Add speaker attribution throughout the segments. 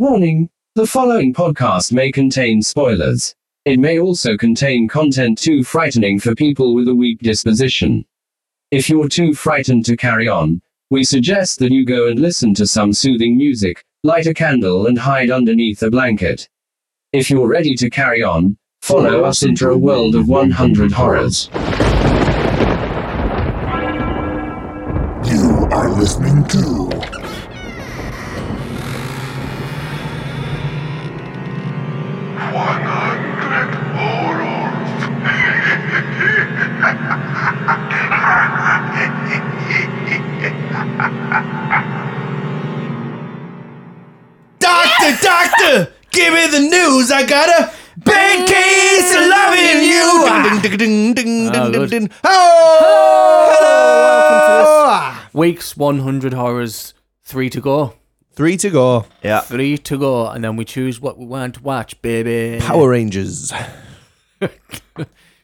Speaker 1: Warning The following podcast may contain spoilers. It may also contain content too frightening for people with a weak disposition. If you're too frightened to carry on, we suggest that you go and listen to some soothing music, light a candle, and hide underneath a blanket. If you're ready to carry on, follow us into a world of 100 horrors.
Speaker 2: You are listening to
Speaker 3: Doctor, doctor, give me the news. I got a bad case of loving you. Ding, ding, ding, ding,
Speaker 4: Ah,
Speaker 3: ding, ding,
Speaker 4: good.
Speaker 3: ding. Oh, hello.
Speaker 4: Weeks 100 horrors, three to go.
Speaker 3: Three to go. Yeah.
Speaker 4: Three to go, and then we choose what we want to watch, baby.
Speaker 3: Power Rangers.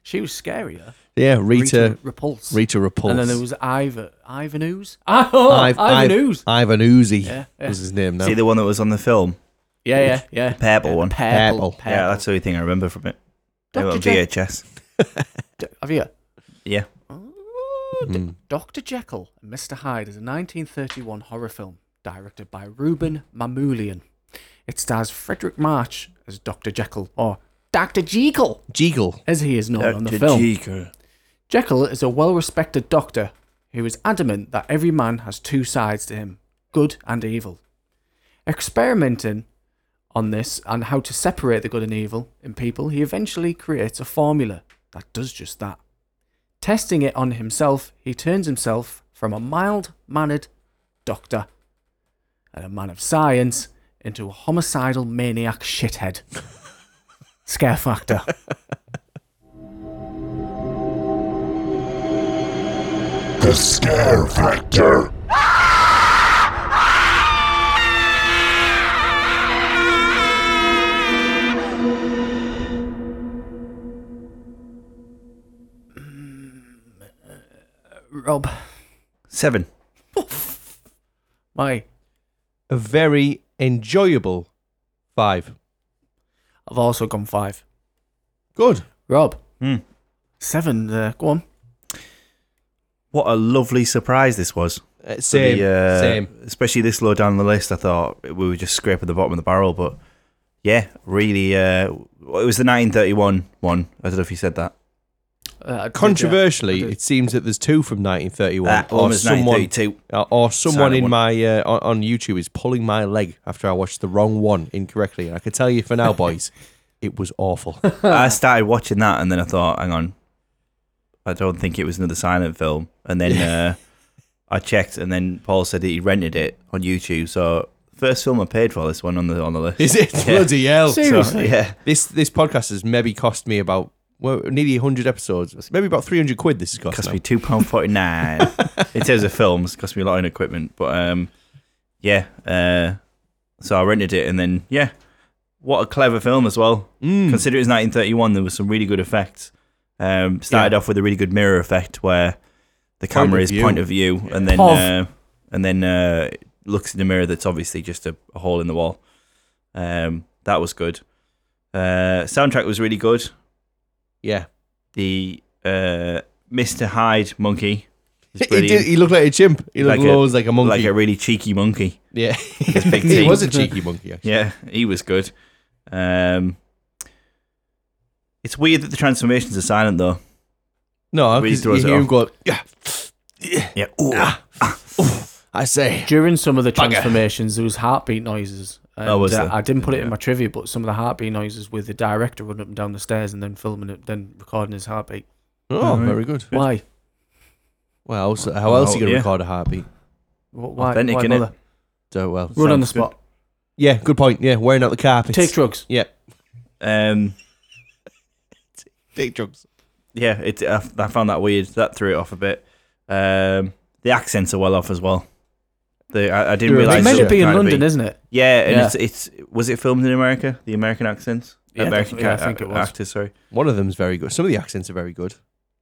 Speaker 4: She was scary, though.
Speaker 3: Yeah, Rita.
Speaker 4: Repulse.
Speaker 3: Rita Repulse.
Speaker 4: And then there was Ivan. Ivan Ooze? Oh,
Speaker 3: Iv-
Speaker 4: Ivan
Speaker 3: Iv-
Speaker 4: Ooze.
Speaker 3: Ivan Oozy
Speaker 4: Yeah, yeah.
Speaker 3: was his name. Now.
Speaker 5: See the one that was on the film?
Speaker 4: Yeah, yeah, yeah.
Speaker 5: purple one.
Speaker 4: Purple.
Speaker 3: Purple.
Speaker 4: purple.
Speaker 5: Yeah, that's the only thing I remember from it.
Speaker 4: Dr.
Speaker 5: On
Speaker 4: Jekyll.
Speaker 5: VHS.
Speaker 4: D- Have you?
Speaker 5: Yeah.
Speaker 4: Oh, D- Dr. Jekyll and Mr. Hyde is a 1931 horror film directed by Ruben Mamoulian. It stars Frederick March as Dr. Jekyll, or Dr. Jekyll,
Speaker 3: Jeagle.
Speaker 4: as he is known on the
Speaker 5: Dr.
Speaker 4: film.
Speaker 5: Jekyll.
Speaker 4: Jekyll is a well respected doctor who is adamant that every man has two sides to him good and evil. Experimenting on this and how to separate the good and evil in people, he eventually creates a formula that does just that. Testing it on himself, he turns himself from a mild mannered doctor and a man of science into a homicidal maniac shithead. Scare factor.
Speaker 2: The Scare Factor.
Speaker 4: Rob,
Speaker 5: Seven.
Speaker 4: my
Speaker 3: A very enjoyable five.
Speaker 4: I've also gone five.
Speaker 3: Good.
Speaker 4: Rob.
Speaker 5: Hmm.
Speaker 4: Seven. Uh, go on.
Speaker 5: What a lovely surprise this was.
Speaker 3: Uh,
Speaker 5: For
Speaker 3: same.
Speaker 5: the, uh,
Speaker 3: Same.
Speaker 5: Especially this low down the list. I thought we were just scraping the bottom of the barrel, but yeah, really. Uh, it was the 1931 one. I don't know if you said that.
Speaker 4: Uh, I did,
Speaker 3: Controversially,
Speaker 4: I did.
Speaker 3: it seems that there's two from 1931,
Speaker 5: That one was
Speaker 3: someone,
Speaker 5: 1932.
Speaker 3: or, or someone
Speaker 5: Silent
Speaker 3: in
Speaker 5: one.
Speaker 3: my uh, on, on YouTube is pulling my leg after I watched the wrong one incorrectly. And I can tell you for now, boys, it was awful.
Speaker 5: I started watching that and then I thought, hang on, I don't think it was another silent film. And then uh, I checked, and then Paul said that he rented it on YouTube. So first film I paid for this one on the on the list.
Speaker 3: Is it bloody hell?
Speaker 4: See-
Speaker 5: So,
Speaker 4: Seriously?
Speaker 5: yeah,
Speaker 3: This this podcast has maybe cost me about well nearly hundred episodes, maybe about three hundred quid. This has cost,
Speaker 5: cost
Speaker 3: now.
Speaker 5: me two pound forty nine. in terms of films, cost me a lot in equipment, but um, yeah. Uh, so I rented it, and then yeah, what a clever film as well.
Speaker 3: Mm.
Speaker 5: Considering it's 1931, there was some really good effects. Um, started
Speaker 3: Yeah.
Speaker 5: off with a really good mirror effect where the camera
Speaker 3: of
Speaker 5: is
Speaker 3: view.
Speaker 5: point of view, and then
Speaker 4: Pov.
Speaker 5: uh, and then uh, it looks in the mirror that's obviously just a, a hole in the wall. Um, that was good. Uh, soundtrack was really good.
Speaker 3: Yeah,
Speaker 5: The uh, Mr. Hyde monkey, was
Speaker 3: he, did,
Speaker 5: brilliant.
Speaker 3: he looked like a chimp. He looked
Speaker 5: Like a-
Speaker 3: loads like a monkey.
Speaker 5: like a really cheeky monkey.
Speaker 3: yeah,
Speaker 5: big
Speaker 3: he
Speaker 5: teeth.
Speaker 3: was a cheeky monkey. Actually.
Speaker 5: Yeah, he was good. Um, it's weird that the transformations are silent though.
Speaker 3: No,
Speaker 5: Really
Speaker 3: 'cause you
Speaker 5: throws it
Speaker 3: hear him
Speaker 5: off.
Speaker 3: go. Yeah, Ah.
Speaker 5: Yeah. Ooh. Ah.
Speaker 3: I say.
Speaker 4: During some of the transformations, there was heartbeat noises. And,
Speaker 5: Oh, was
Speaker 4: uh,
Speaker 5: there?
Speaker 4: I didn't put it in my trivia, but some of the heartbeat noises with the director running up and down the stairs and then filming it, then recording his heartbeat.
Speaker 3: Oh, very good.
Speaker 4: Why?
Speaker 3: Well, else- how else are you going to
Speaker 5: Oh, yeah.
Speaker 3: record a heartbeat?
Speaker 4: Wh- Why?
Speaker 5: Authentic,
Speaker 4: why
Speaker 5: innit?
Speaker 4: bother?
Speaker 3: So well.
Speaker 4: Run on the
Speaker 5: Sounds good.
Speaker 4: spot.
Speaker 3: Yeah, good point. Yeah, wearing out the carpet.
Speaker 4: Take drugs.
Speaker 3: Yeah,
Speaker 5: Um,
Speaker 3: take drugs.
Speaker 5: yeah, it, I, I found that weird. That threw it off a bit. Um, the accents are well off as well. The, I, I didn't
Speaker 3: They're
Speaker 5: realize
Speaker 3: Nice
Speaker 4: It's meant to
Speaker 3: shot.
Speaker 4: be in London, isn't it?
Speaker 5: Yeah, and
Speaker 4: Yeah.
Speaker 5: It's, it's was it filmed in America? The American accents,
Speaker 4: Yeah,
Speaker 5: American
Speaker 4: definitely, I
Speaker 5: ca-
Speaker 4: think it
Speaker 5: a-
Speaker 4: was.
Speaker 5: actors. Sorry,
Speaker 3: One of them's very good. Some of the accents are very good.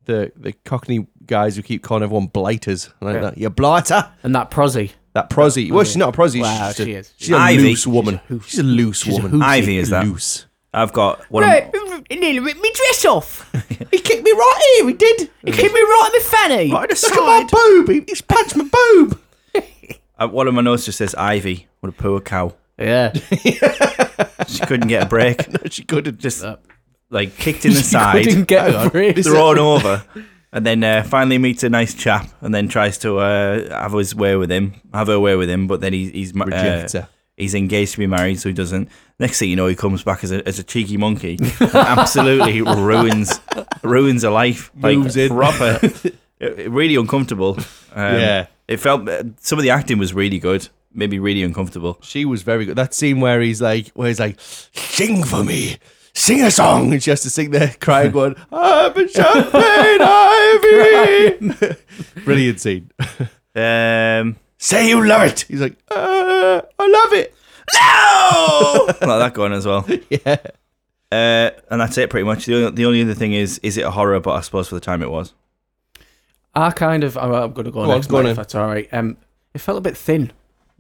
Speaker 3: The the Cockney guys who keep calling everyone blighters. I like
Speaker 4: Yeah.
Speaker 3: that. You blighter.
Speaker 4: And that prosy.
Speaker 3: That prosy. Well, she's not a prosy.
Speaker 4: Wow,
Speaker 3: she's just
Speaker 4: she
Speaker 3: a,
Speaker 4: is.
Speaker 3: She's a
Speaker 5: Ivy.
Speaker 3: loose woman. She's a, loose
Speaker 4: a
Speaker 3: woman.
Speaker 4: hoosie.
Speaker 5: Ivy is that.
Speaker 3: Loose.
Speaker 5: I've got one.
Speaker 6: Right,
Speaker 5: Of,
Speaker 6: he nearly ripped me dress off.
Speaker 3: He kicked me right here. He did.
Speaker 6: He kicked me right in the fanny.
Speaker 5: Right
Speaker 3: Look at my boob. He, he's punched my boob.
Speaker 5: uh, one of my notes just says Ivy. What a poor cow.
Speaker 4: Yeah.
Speaker 5: She couldn't get a break.
Speaker 3: She couldn't.
Speaker 5: Just like kicked in the side,
Speaker 4: Couldn't get a break.
Speaker 5: thrown over, and then uh, finally meets a nice chap, and then tries to uh, have his way with him, have her way with him, but then he's he's ma-
Speaker 3: Rejects
Speaker 5: uh,
Speaker 3: her.
Speaker 5: he's engaged to be married, so he doesn't. Next thing you know, he comes back as a, as a cheeky monkey, and absolutely ruins ruins her life, like
Speaker 3: Moves in.
Speaker 5: proper, it- it really uncomfortable. Um,
Speaker 3: Yeah.
Speaker 5: it felt uh, some of the acting was really good, maybe really uncomfortable.
Speaker 3: She was very good. That scene where he's like, where he's like, sing for me, sing a song, and she has to sing there, crying, going, "I'm a champagne ivy." Brilliant scene.
Speaker 5: Um,
Speaker 3: Say you love it. He's like, uh, I love it. No.
Speaker 5: I like that going as well.
Speaker 3: yeah.
Speaker 5: Uh, and that's it, pretty much. The only, the only other thing is, is it a horror? But I suppose for the time it was.
Speaker 4: I kind of. I'm, I'm going to
Speaker 3: Go
Speaker 4: go,
Speaker 3: on,
Speaker 4: next,
Speaker 3: go on
Speaker 4: mate, if
Speaker 3: then.
Speaker 4: that's all right. Um, it felt a bit thin.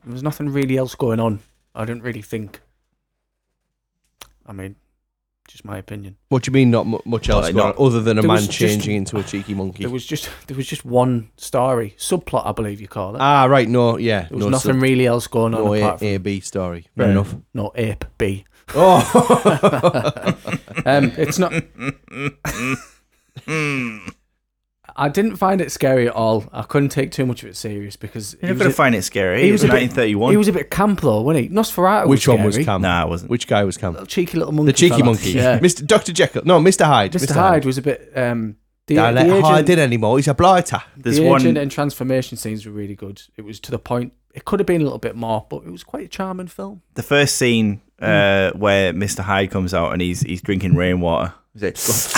Speaker 4: There was nothing really else going on. I didn't really think. I mean, just my opinion.
Speaker 3: What do you mean? Not mu- much else
Speaker 5: Like,
Speaker 3: going
Speaker 5: not-
Speaker 3: on other than a
Speaker 4: There
Speaker 3: man
Speaker 4: was just-
Speaker 3: changing into a cheeky monkey.
Speaker 4: There was just there was just one story subplot, I believe you call it.
Speaker 3: ah, right. No, yeah.
Speaker 4: there was
Speaker 3: no,
Speaker 4: nothing
Speaker 3: so-
Speaker 4: really else going on
Speaker 3: no A,
Speaker 4: apart from
Speaker 3: A B story. Fair
Speaker 5: Yeah.
Speaker 3: enough.
Speaker 4: no ape B.
Speaker 3: Oh,
Speaker 4: Um, it's not. I didn't find it scary at all. I couldn't take too much of it serious because
Speaker 5: You're not going to find it scary. It was,
Speaker 4: a bit-
Speaker 5: 1931.
Speaker 4: He was a bit camp though, wasn't he? Nosferatu.
Speaker 3: which
Speaker 4: was
Speaker 3: one was
Speaker 4: scary.
Speaker 3: Cam?
Speaker 5: nah, it wasn't.
Speaker 3: Which guy was Cam?
Speaker 4: Little cheeky little monkey.
Speaker 3: The cheeky
Speaker 4: fella.
Speaker 3: monkey.
Speaker 4: Yeah.
Speaker 3: Mr. Dr. Jekyll. No, Mr. Hyde.
Speaker 4: Mr. Hyde was a bit. Um, the,
Speaker 3: Don't
Speaker 4: the
Speaker 3: let
Speaker 4: agent,
Speaker 3: Hyde in anymore. He's a blighter.
Speaker 5: There's
Speaker 4: the
Speaker 5: one.
Speaker 4: agent and transformation scenes were really good. It was to the point. It could have been a little bit more, but it was quite a charming film.
Speaker 5: The first scene
Speaker 4: Mm.
Speaker 5: uh, where Mr. Hyde comes out and he's he's drinking rainwater. He's like,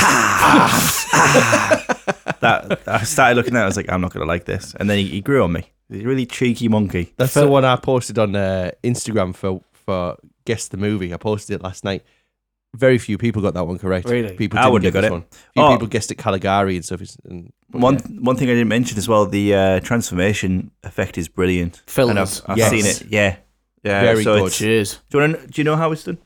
Speaker 5: Ah! that I started looking at. it, I was like, I'm not going to like this. And then he, he grew on me. He's a really cheeky monkey.
Speaker 3: That's the one I posted on uh, Instagram for for guess the movie. I posted it last night. Very few people got that one correct.
Speaker 4: Really?
Speaker 3: people
Speaker 5: I
Speaker 3: didn't
Speaker 5: wouldn't
Speaker 3: get
Speaker 5: have
Speaker 3: this
Speaker 5: got
Speaker 3: One.
Speaker 5: it.
Speaker 3: Few
Speaker 5: Oh.
Speaker 3: people guessed it Caligari and stuff. It's- And,
Speaker 5: One one thing I didn't mention as well. The uh, transformation effect is brilliant. And I've,
Speaker 4: Filters.
Speaker 5: I've
Speaker 3: Yes.
Speaker 5: seen it. Yeah. Yeah.
Speaker 3: Very
Speaker 5: so
Speaker 3: good.
Speaker 5: it's-
Speaker 4: Cheers.
Speaker 5: Do you, wanna, do you know how it's done?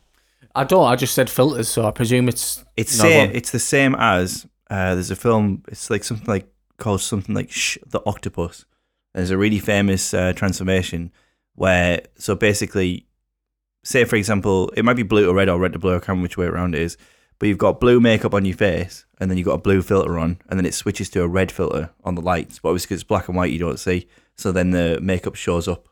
Speaker 4: I don't. I just said filters, so I presume it's
Speaker 5: It's
Speaker 4: another
Speaker 5: same,
Speaker 4: one.
Speaker 5: it's the same as uh, there's a film. It's like something like called something like Shh, the Octopus. There's a really famous uh, transformation where so basically, say for example, it might be blue to red or red to blue. I can't remember which way around it is. But you've got blue makeup on your face, and then you've got a blue filter on, and then it switches to a red filter on the lights. But obviously, 'cause it's black and white, you don't see. So then the makeup shows up.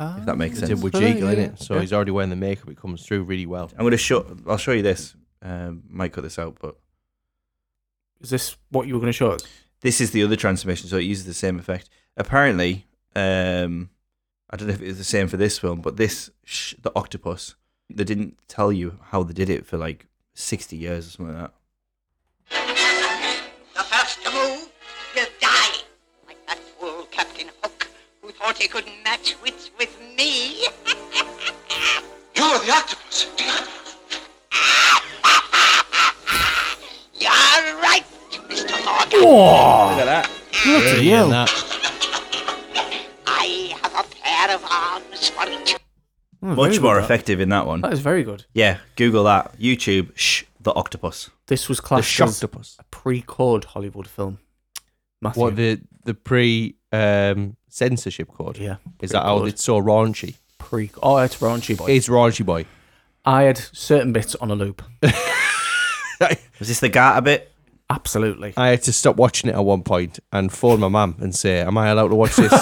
Speaker 5: if that makes
Speaker 3: it's
Speaker 5: sense.
Speaker 3: in Wajika, innit? So he's already wearing the makeup. It comes through really well.
Speaker 5: I'm gonna show. I'll show you this. Um, might cut this out, but
Speaker 4: Is this what you were going to show us?
Speaker 5: this is the other transformation, so it uses the same effect. Apparently, um, I don't know if it's the same for this film, but this sh- the octopus. They didn't tell you how they did it for like sixty years or something like that.
Speaker 7: The first to move will die. Like that fool Captain Hook, who thought he could match wits with me.
Speaker 8: You're the octopus.
Speaker 7: You're right, Mr. Lord.
Speaker 4: Oh,
Speaker 3: Yeah, that-
Speaker 7: I have a pair of arms for each.
Speaker 4: Oh,
Speaker 5: Much more effective in that one.
Speaker 4: That is very good.
Speaker 5: Yeah, Google that. YouTube shh the octopus.
Speaker 4: This was
Speaker 3: The
Speaker 4: classed as a
Speaker 3: Shocktopus.
Speaker 4: pre-code Hollywood film. Matthew.
Speaker 3: What the the pre um, censorship code?
Speaker 4: Yeah,
Speaker 3: Is that how
Speaker 4: pre-code.
Speaker 3: it's so raunchy?
Speaker 4: pre? Oh, it's raunchy boy.
Speaker 3: It's raunchy, boy.
Speaker 4: I had certain bits on a loop.
Speaker 5: Was this the Garter bit?
Speaker 4: Absolutely.
Speaker 3: I had to stop watching it at one point and phone my mum and say, "Am I allowed to watch this?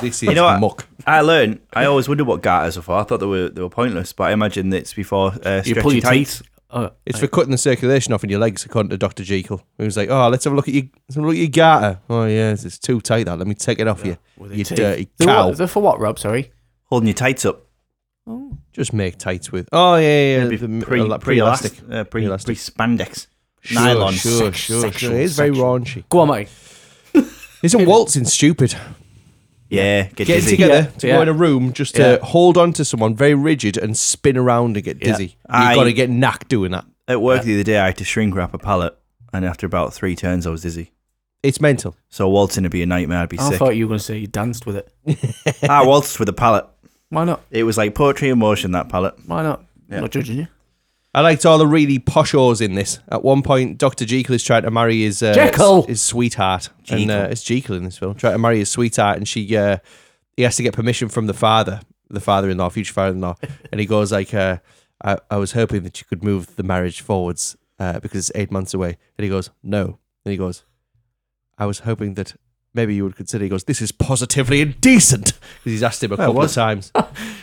Speaker 3: this is
Speaker 5: You know what?
Speaker 3: muck."
Speaker 5: I learned. I always wondered what garters are for. I thought they were they were pointless, but I imagine it's before uh,
Speaker 4: you pull
Speaker 5: stretchy
Speaker 4: your
Speaker 5: tights.
Speaker 4: teeth. Oh,
Speaker 3: It's for cutting the circulation off in your legs, according to Dr. Jekyll. He was like, Oh, let's have a look at your, let's have a look at your garter. Oh, yeah, it's- it's too tight, that. Let me take it off you. You dirty
Speaker 4: They're
Speaker 3: cow.
Speaker 4: what- they're for what, Rob? Sorry.
Speaker 5: Holding your tights up.
Speaker 3: Just make tights with. Oh, yeah, yeah.
Speaker 5: Pre
Speaker 3: the-
Speaker 5: pre
Speaker 3: uh,
Speaker 5: pre elastic. Uh, pre
Speaker 3: Pre-elastic.
Speaker 5: pre spandex.
Speaker 3: Sure,
Speaker 5: Nylon.
Speaker 3: Sure,
Speaker 5: Sex-
Speaker 3: sure,
Speaker 5: sexual
Speaker 3: sure. It is very raunchy.
Speaker 4: Go on, mate.
Speaker 3: Isn't waltzing stupid?
Speaker 5: Yeah, get
Speaker 3: Getting
Speaker 5: dizzy.
Speaker 3: together to
Speaker 4: Yeah.
Speaker 3: go in a room just to hold on to someone very rigid and spin around and get dizzy.
Speaker 5: I-
Speaker 3: You've got to get knack doing that.
Speaker 5: At work the other day, I had to shrink wrap a pallet, and after about three turns, I was dizzy.
Speaker 3: It's mental.
Speaker 5: So waltzing would be a nightmare. I'd be
Speaker 4: I
Speaker 3: Oh,
Speaker 5: sick.
Speaker 4: Oh,
Speaker 5: Ah,
Speaker 4: thought you were going to say you danced with it.
Speaker 5: I waltzed with a palette.
Speaker 4: Why not?
Speaker 5: It was like poetry in motion. That palette.
Speaker 4: Why not? I'm not judging you.
Speaker 3: I liked all the really posh ores in this. At one point, Dr. Jekyll is trying to marry his uh,
Speaker 4: Jekyll!
Speaker 3: his, his sweetheart, and uh,
Speaker 5: Jekyll.
Speaker 3: it's Jekyll in this film trying to marry his sweetheart, and she uh, he has to get permission from the father, the father-in-law, future father-in-law, and he goes like, uh, I, "I was hoping that you could move the marriage forwards uh, because it's eight months away," and he goes, "No," and he goes, "I was hoping that." Maybe you would consider. He goes, "This is positively indecent," because he's asked him a couple of times.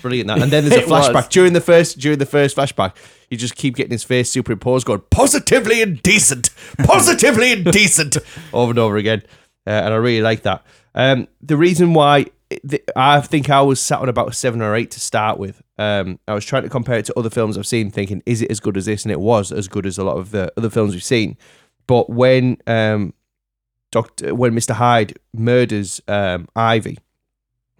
Speaker 3: Brilliant that. And then there's a
Speaker 4: It was.
Speaker 3: flashback during the first during the first flashback, you just keep getting his face superimposed, going positively indecent, positively indecent, over and over again. Uh, and I really like that. Um, the reason why it- th- I think I was sat on about a seven or eight to start with. Um, I was trying to compare it to other films I've seen, thinking, is it as good as this? And it was as good as a lot of the other films we've seen. But when um, Doctor, when Mister Hyde murders um, Ivy,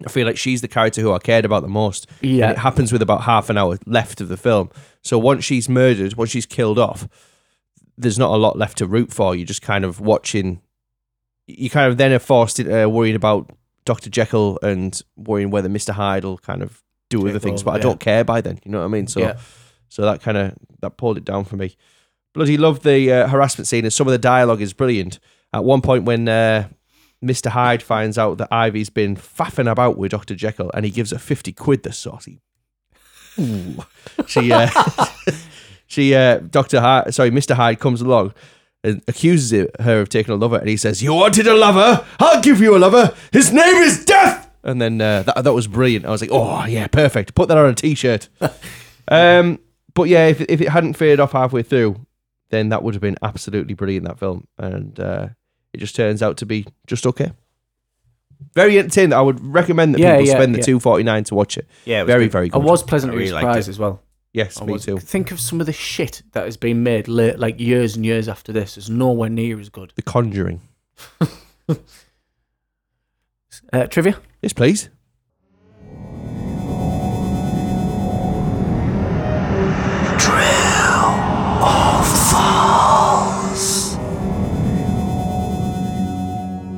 Speaker 3: I feel like she's the character who I cared about the most.
Speaker 4: Yeah.
Speaker 3: And it happens with about half an hour left of the film. So once she's murdered, once she's killed off, there's not a lot left to root for. You're just kind of watching. You kind of then are forced into uh, worrying about Dr. Jekyll and worrying whether Mr. Hyde will kind of do other
Speaker 4: Take
Speaker 3: things.
Speaker 4: over,
Speaker 3: But I
Speaker 4: yeah.
Speaker 3: don't care by then. You know what I mean? So,
Speaker 4: Yeah.
Speaker 3: so that kind of that pulled it down for me. Bloody love the uh, harassment scene, and some of the dialogue is brilliant. At one point, when uh, Mr. Hyde finds out that Ivy's been faffing about with Dr. Jekyll and he gives her 50 quid the saucy. Ooh. She, uh, she, uh, Dr. Hyde, sorry, Mr. Hyde comes along and accuses it- her of taking a lover and he says, You wanted a lover? I'll give you a lover. His name is Death. And then uh, that, that was brilliant. I was like, Oh, yeah, perfect. Put that on a t shirt. um, but yeah, if, if it hadn't faded off halfway through, then that would have been absolutely brilliant, that film. And uh, it just turns out to be just okay. Very entertaining. I would recommend that
Speaker 4: Yeah,
Speaker 3: people
Speaker 4: yeah,
Speaker 3: spend the
Speaker 4: yeah.
Speaker 3: two forty nine to watch it.
Speaker 5: Yeah, it was
Speaker 3: very
Speaker 5: good.
Speaker 3: very
Speaker 4: I
Speaker 3: good.
Speaker 4: was pleasantly
Speaker 5: I really liked
Speaker 4: surprised
Speaker 5: it.
Speaker 4: as well.
Speaker 3: Yes,
Speaker 4: I
Speaker 3: me
Speaker 4: was.
Speaker 3: too.
Speaker 4: Think of some of the shit that has been made late, like years and years after this. It's nowhere near as good.
Speaker 3: The Conjuring.
Speaker 4: Uh, trivia.
Speaker 3: Yes, please.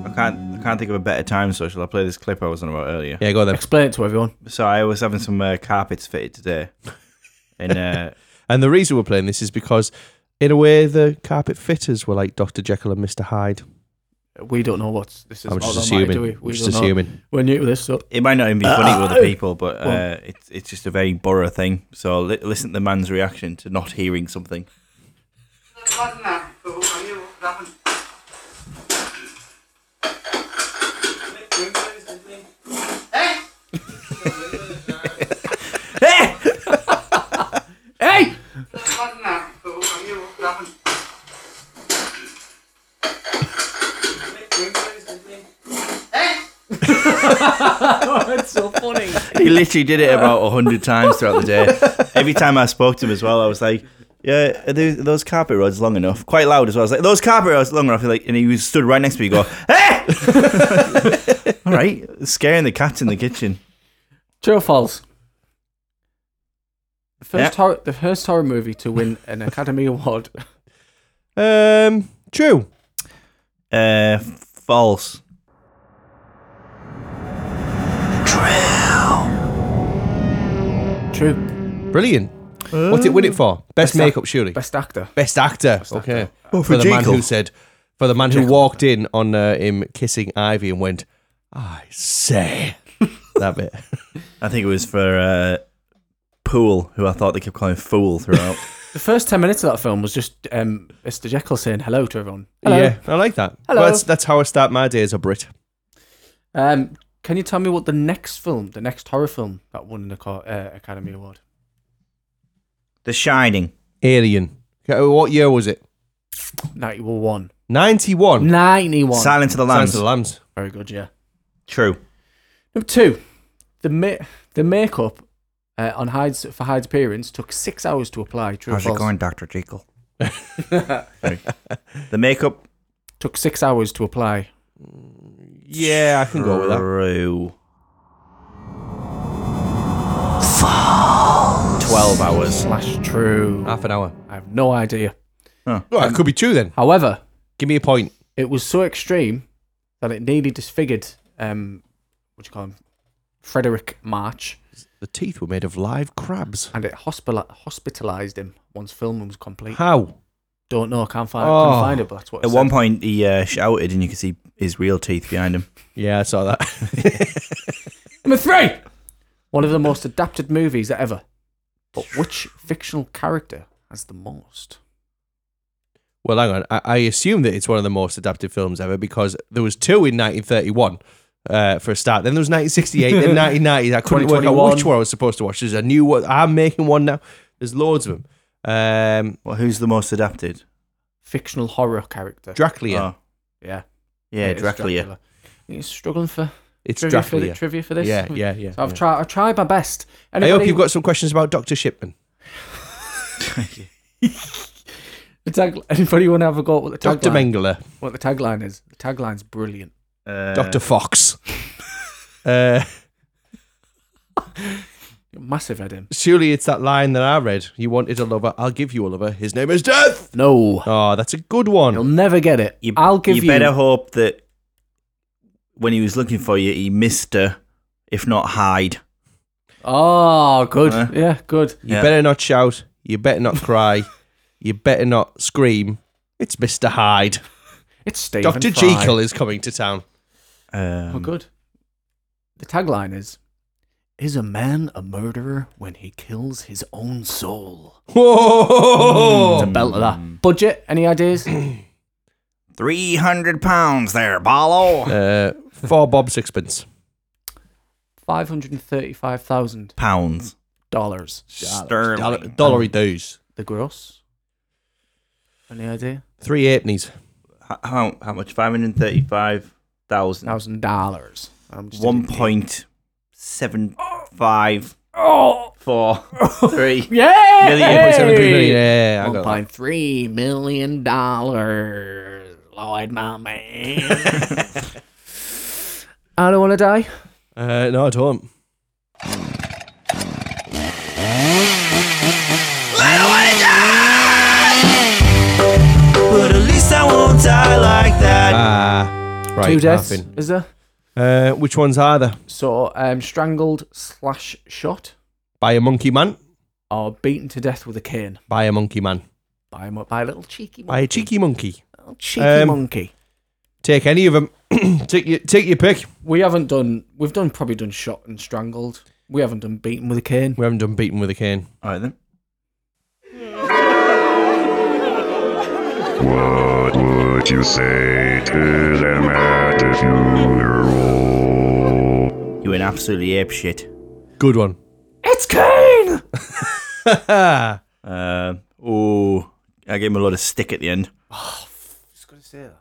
Speaker 5: I can't. I can't think of a better time. So shall I play this clip I was on about earlier?
Speaker 3: Yeah, go on then.
Speaker 4: Explain it to everyone.
Speaker 5: So I was having some uh, carpets fitted today, and uh,
Speaker 3: And the reason we're playing this is because, in a way, the carpet fitters were like Doctor Jekyll and Mister Hyde.
Speaker 4: We don't know what this is.
Speaker 3: I'm
Speaker 4: about,
Speaker 3: just
Speaker 4: don't matter,
Speaker 3: assuming.
Speaker 4: do we?
Speaker 3: I'm
Speaker 4: We
Speaker 3: just
Speaker 4: don't know.
Speaker 3: assuming.
Speaker 4: We're new to this, so
Speaker 5: it might not even be funny with other people, but uh, it's it's just a very borough thing. So li- listen to the man's reaction to not hearing something.
Speaker 4: hey, that's so funny.
Speaker 5: He literally did it about a hundred times throughout the day. Every time I spoke to him as well, I was like. Yeah, are those, are those carpet rods long enough. Quite loud as well. I was like, "Those carpet rods long enough." Like, and he was stood right next to me. Go, "Hey!" All right, scaring the cat in the kitchen.
Speaker 4: True or false? The
Speaker 5: Yeah.
Speaker 4: first, horror, the first horror movie to win an Academy Award.
Speaker 3: Um, true.
Speaker 5: Uh, false.
Speaker 4: True.
Speaker 3: Brilliant. What did it win it for? Best, makeup, surely. Best,
Speaker 4: Best actor.
Speaker 3: actor. okay.
Speaker 5: Oh,
Speaker 3: For, the man
Speaker 5: Jekyll.
Speaker 3: who said, for the man who walked in on uh, him kissing Ivy and went, "I say." That bit.
Speaker 5: I think it was for uh, Pool, who I thought they kept calling Fool throughout.
Speaker 4: The first ten minutes of that film was just um, Mr. Jekyll saying hello to everyone. Hello.
Speaker 3: Yeah, I like that.
Speaker 4: Hello.
Speaker 3: that's, that's how I start my day as a Brit.
Speaker 4: Um, can you tell me what the next film, the next horror film that won the co- uh, Academy Award?
Speaker 5: the Shining.
Speaker 3: Alien. Okay, What year was it?
Speaker 4: 91.
Speaker 3: 91.
Speaker 4: 91.
Speaker 5: Silence of the
Speaker 3: Silence
Speaker 5: Lambs.
Speaker 3: of the Lambs.
Speaker 4: Very good, yeah.
Speaker 5: True.
Speaker 4: Number two, the ma- the makeup uh, on Hyde's for Hyde's appearance took six hours to apply. True or false?
Speaker 5: Dr. Jekyll? the makeup.
Speaker 4: Took six hours to apply.
Speaker 3: Yeah, I can go with that.
Speaker 5: True. 12 hours.
Speaker 4: Slash true.
Speaker 3: Half an hour.
Speaker 4: I have no idea.
Speaker 3: Well, it could be true then.
Speaker 4: However,
Speaker 3: Give me a point.
Speaker 4: It was so extreme that it nearly disfigured, um, what do you call him, Frederick March,
Speaker 3: The teeth were made of live crabs.
Speaker 4: and it hospitali- hospitalized him once filming was complete.
Speaker 3: How?
Speaker 4: Don't know, can't find, couldn't
Speaker 3: Oh.
Speaker 4: find it, but that's what. it
Speaker 5: At
Speaker 4: said.
Speaker 5: one point, he uh, shouted, and you could see his real teeth behind him.
Speaker 3: Yeah, I saw that.
Speaker 4: Number three. One of the most adapted movies ever. But which fictional character has the most?
Speaker 3: well, hang on. I, I assume that it's one of the most adapted films ever because there was two in 1931 uh, for a start. Then there was 1968, then 1990. I couldn't work out
Speaker 4: 2021.
Speaker 3: which one I was supposed to watch. There's a new one. I'm making one now. There's loads of them. Um,
Speaker 5: Well, who's the most adapted?
Speaker 4: Fictional horror character.
Speaker 3: Dracula.
Speaker 5: Oh,
Speaker 4: yeah.
Speaker 5: yeah,
Speaker 4: it's
Speaker 5: Dracula.
Speaker 4: You're struggling for
Speaker 3: it's
Speaker 4: trivia,
Speaker 3: Dracula.
Speaker 4: For, the, trivia for this.
Speaker 3: Yeah, yeah, yeah.
Speaker 4: So I've
Speaker 3: yeah.
Speaker 4: tried. I've tried my best.
Speaker 3: I hope
Speaker 4: Anybody-
Speaker 3: you've got some questions about Dr. Shipman.
Speaker 4: the tag, anybody want to have a go at what the
Speaker 3: Dr.
Speaker 4: tagline?
Speaker 3: Mengele.
Speaker 4: What the tagline is? The tagline's brilliant.
Speaker 5: Uh,
Speaker 3: Dr. Fox. uh,
Speaker 4: Massive head in.
Speaker 3: surely it's that line that I read. You wanted a lover, I'll give you a lover. His name is Death.
Speaker 4: No,
Speaker 3: Oh, that's a good
Speaker 4: you'll
Speaker 3: one.
Speaker 4: never get it.
Speaker 5: You,
Speaker 4: I'll give you.
Speaker 5: You better hope that when he was looking for you, he missed her, if not hide.
Speaker 4: Oh, good.
Speaker 5: Huh?
Speaker 4: yeah, good.
Speaker 3: You better not shout. You better not cry. you better not scream. It's Mr. Hyde.
Speaker 4: It's Stephen.
Speaker 3: Dr.
Speaker 4: Fry.
Speaker 3: Jekyll is coming to town.
Speaker 5: Um,
Speaker 4: Oh, good. The tagline is Is a man a murderer when he kills his own soul?
Speaker 3: Whoa!
Speaker 4: It's a belt of that. Budget, any ideas?
Speaker 5: 300 pounds there,
Speaker 4: Mm.
Speaker 5: Barlow.
Speaker 3: Uh, four bob sixpence.
Speaker 4: $535,000.
Speaker 5: Pounds. Sterling. Um,
Speaker 3: Dollar,
Speaker 4: Um,
Speaker 3: dollary dues.
Speaker 4: The gross? Any idea?
Speaker 3: Three eightnies.
Speaker 5: H- How, how much? 535,000.
Speaker 4: Thousand dollars. I'm just
Speaker 5: One
Speaker 4: thinking-
Speaker 5: point seven five
Speaker 4: Oh,
Speaker 5: four three
Speaker 4: Yay!
Speaker 5: million.
Speaker 3: Seven three million. Yeah, I got
Speaker 4: One
Speaker 3: that.
Speaker 4: point three million dollars. Lloyd, my man. I don't want to die.
Speaker 3: Uh, no, I don't.
Speaker 5: But at least I won't die like that.
Speaker 3: Ah, right.
Speaker 4: Two deaths.
Speaker 3: nothing.
Speaker 4: Is there?
Speaker 3: Uh, which ones are there?
Speaker 4: So, um, strangled slash shot
Speaker 3: By a monkey man.
Speaker 4: or beaten to death with a cane
Speaker 3: By a monkey man.
Speaker 4: by a, mo- by a little cheeky monkey.
Speaker 3: By a cheeky monkey.
Speaker 4: Little cheeky
Speaker 3: um,
Speaker 4: monkey.
Speaker 3: Take any of them. take your take your pick.
Speaker 4: We haven't done. We've done probably done shot and strangled. We haven't done beaten with a cane.
Speaker 3: We haven't done beaten with a cane.
Speaker 5: All right then.
Speaker 2: What would you say to them at a funeral?
Speaker 5: You went absolutely apeshit.
Speaker 3: Good one.
Speaker 4: It's cane.
Speaker 3: Ah,
Speaker 5: Um, oh, I gave him a lot of stick at the end.
Speaker 4: Just gonna say that.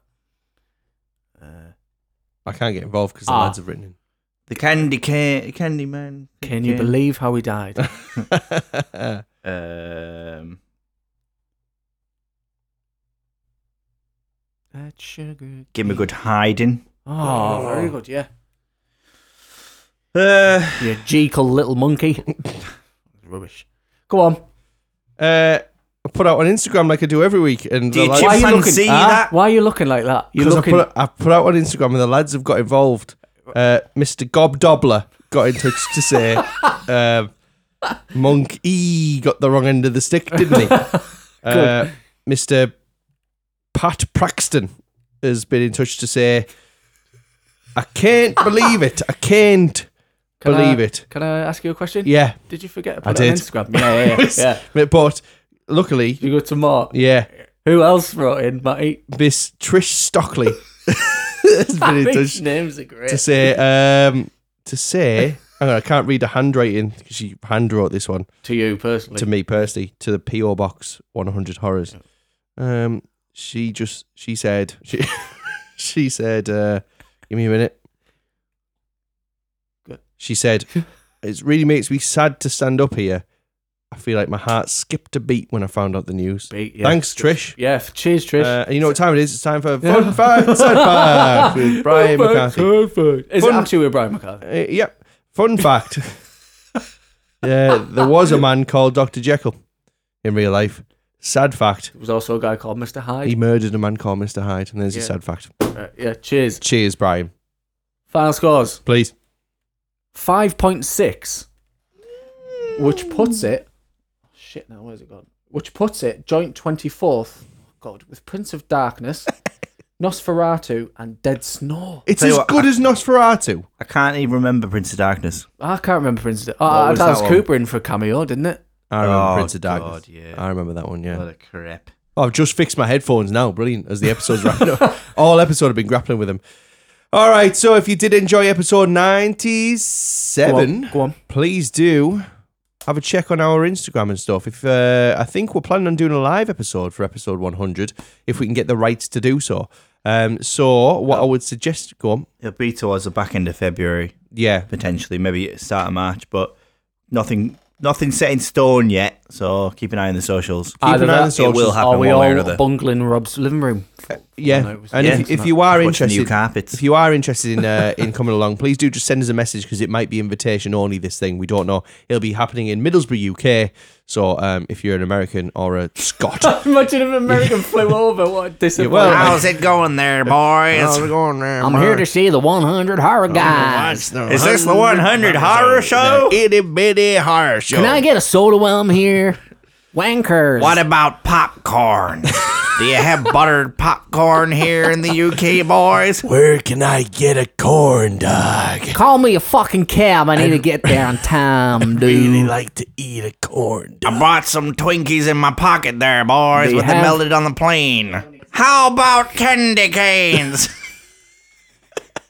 Speaker 3: I can't get involved because the
Speaker 4: Ah.
Speaker 3: lads have written in.
Speaker 5: The candy can candy man.
Speaker 4: Can you believe how he died?
Speaker 5: Um,
Speaker 4: that sugar.
Speaker 5: give him a good hiding.
Speaker 4: Oh, very good. Yeah.
Speaker 5: Uh,
Speaker 4: You jeekle little monkey. Rubbish. Go on.
Speaker 3: uh, I put out on Instagram like I do every week, and the
Speaker 5: did
Speaker 3: lads,
Speaker 5: you
Speaker 4: Why are you looking-
Speaker 5: fancy
Speaker 3: Ah,
Speaker 5: that?
Speaker 4: Why are you looking like that? You're
Speaker 3: 'cause I,
Speaker 4: looking.
Speaker 3: put, I put out on Instagram, and the lads have got involved. Uh, Mr. Gob Dobbler got in touch to say, um, Monk E got the wrong end of the stick, didn't he? Uh, Mr. Pat Praxton has been in touch to say, I can't believe it. I can't
Speaker 4: Can I-
Speaker 3: believe it.
Speaker 4: Can I ask you a question?
Speaker 3: Yeah,
Speaker 4: Did you forget to
Speaker 3: I
Speaker 4: put it on
Speaker 3: did.
Speaker 4: Instagram? Yeah, yeah, yeah. yeah.
Speaker 3: But luckily,
Speaker 4: You got some more.
Speaker 3: yeah,
Speaker 4: Who else wrote in, Matty?
Speaker 3: this Trish Stockley has been in
Speaker 4: These
Speaker 3: touch
Speaker 4: names are great.
Speaker 3: to say, um, to say, hang on, I can't read the handwriting because she hand wrote this one
Speaker 4: to you personally.
Speaker 3: to me personally to the PO Box 100 Horrors. Um, she just she said she she said, uh, give me a minute.
Speaker 4: Good.
Speaker 3: She said, it really makes me sad to stand up here. I feel like my heart skipped a beat when I found out the news.
Speaker 4: Beat, yeah.
Speaker 3: Thanks, Trish.
Speaker 4: Yeah, f- cheers, Trish.
Speaker 3: Uh, and you know what time it is? It's time for Fun Facts and Facts with Brian McCarthy.
Speaker 4: Is
Speaker 3: Fun-
Speaker 4: it actually with Brian McCarthy?
Speaker 3: Uh, yep. Fun fact. yeah, there was a man called Dr. Jekyll in real life. Sad fact.
Speaker 4: There was also a guy called Mr. Hyde.
Speaker 3: He murdered a man called Mr. Hyde, and there's
Speaker 4: Yeah.
Speaker 3: a sad fact.
Speaker 4: Uh, yeah, cheers.
Speaker 3: Cheers, Brian.
Speaker 4: Final scores
Speaker 3: Please.
Speaker 4: 5.6, which puts it. Hmm. Oh, Shit, now where's it gone? Which puts it joint 24th, oh God, with Prince of Darkness, Nosferatu, and Dead Snow.
Speaker 3: It's
Speaker 5: Tell you
Speaker 3: as
Speaker 5: what,
Speaker 3: good as Nosferatu.
Speaker 5: I can't even remember Prince of Darkness.
Speaker 4: I can't remember Prince of
Speaker 5: What
Speaker 4: Darkness. Oh,
Speaker 5: was
Speaker 4: that was
Speaker 5: that one?
Speaker 4: Cooper in for a cameo, didn't it?
Speaker 3: I remember
Speaker 5: Oh,
Speaker 3: Prince of Darkness.
Speaker 5: God, yeah.
Speaker 3: I remember that one, yeah.
Speaker 5: What a crap.
Speaker 3: Oh, I've just fixed my headphones now. Brilliant. As the episode's wrapping up. All episode have been grappling with them. All right. So if you did enjoy episode 97,
Speaker 4: Go on, go on.
Speaker 3: please do have a check on our Instagram and stuff. If uh, I think we're planning on doing a live episode for episode 100, if we can get the rights to do so. Um, so what I would suggest, go on.
Speaker 5: It'll be towards the back end of February,
Speaker 3: Yeah.
Speaker 5: potentially, maybe start of March, but nothing nothing set in stone yet. So keep an eye on the socials.
Speaker 3: Keep an eye on the
Speaker 5: It will
Speaker 3: socials.
Speaker 5: happen
Speaker 4: Are
Speaker 5: one
Speaker 4: we
Speaker 5: way or
Speaker 4: all
Speaker 5: another.
Speaker 4: bungling Rob's living room?
Speaker 3: Yeah,
Speaker 4: no, it was-
Speaker 3: and
Speaker 5: Yeah.
Speaker 3: if, if you are
Speaker 5: Watching
Speaker 3: interested,
Speaker 5: new carpets.
Speaker 3: if you are interested in uh, in coming along, please do just send us a message because it might be invitation only. This thing we don't know. It'll be happening in Middlesbrough, UK. So um, if you're an American or a Scot,
Speaker 4: Imagine if American flew over. What a disappointment.
Speaker 3: well,
Speaker 5: How's it going there, boys?
Speaker 9: I'm here to see the 100
Speaker 5: Oh,
Speaker 9: horror guys.
Speaker 5: Is this the 100 horror show?
Speaker 3: itty bitty horror show.
Speaker 9: Can I get a soda while I'm here? Wankers.
Speaker 5: What about popcorn? Do you have buttered popcorn here in the UK, boys?
Speaker 3: Where can I get a corn dog?
Speaker 9: Call me a fucking cab. I need to get there on time, dude.
Speaker 3: like to eat a corn dog.
Speaker 5: I brought some Twinkies in my pocket there, boys,
Speaker 9: They
Speaker 5: with the
Speaker 9: have-
Speaker 5: melted on the plane. How about candy canes?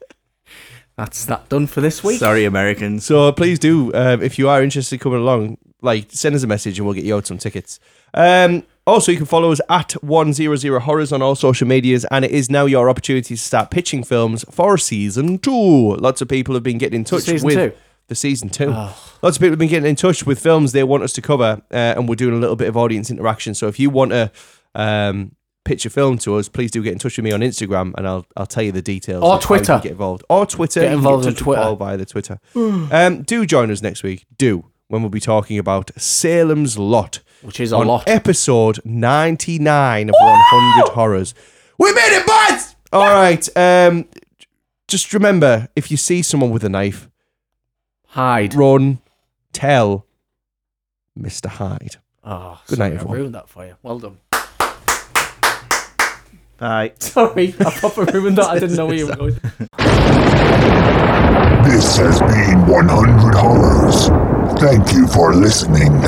Speaker 4: That's that done for this week.
Speaker 5: Sorry, Americans.
Speaker 3: So please do uh, if you are interested in coming along, like send us a message and we'll get you out some tickets. Um, also, you can follow us at one zero zero horrors on all social medias, and it is now your opportunity to start pitching films for season two. Lots of people have been getting in touch
Speaker 4: season
Speaker 3: with
Speaker 4: two? Ah.
Speaker 3: the season two. Lots of people have been getting in touch with films they want us to cover, uh, and we're doing a little bit of audience interaction. So if you want to um, pitch a film to us, please do get in touch with me on Instagram, and I'll I'll tell you the details.
Speaker 4: Or
Speaker 3: of how you can
Speaker 4: Twitter.
Speaker 3: get involved, or Twitter.
Speaker 4: Get
Speaker 3: you can
Speaker 4: involved
Speaker 3: in
Speaker 4: on
Speaker 3: touch with Paul
Speaker 4: Twitter.
Speaker 3: via the Twitter. um, do join us next week. Do when we'll be talking about Salem's Lot,
Speaker 4: Which is a
Speaker 3: on
Speaker 4: lot.
Speaker 3: Episode ninety nine of One Hundred Horrors. We made it, boys! All right. Um, j- just remember, if you see someone with a knife,
Speaker 4: Hyde.
Speaker 3: run, tell Mister Hyde.
Speaker 4: Oh,
Speaker 3: Good
Speaker 4: sorry,
Speaker 3: night, everyone.
Speaker 4: I ruined that for you. Well done.
Speaker 5: Bye.
Speaker 4: Sorry, I proper ruined that. I didn't know where you were going.
Speaker 2: This has been 100 Horrors. Thank you for listening.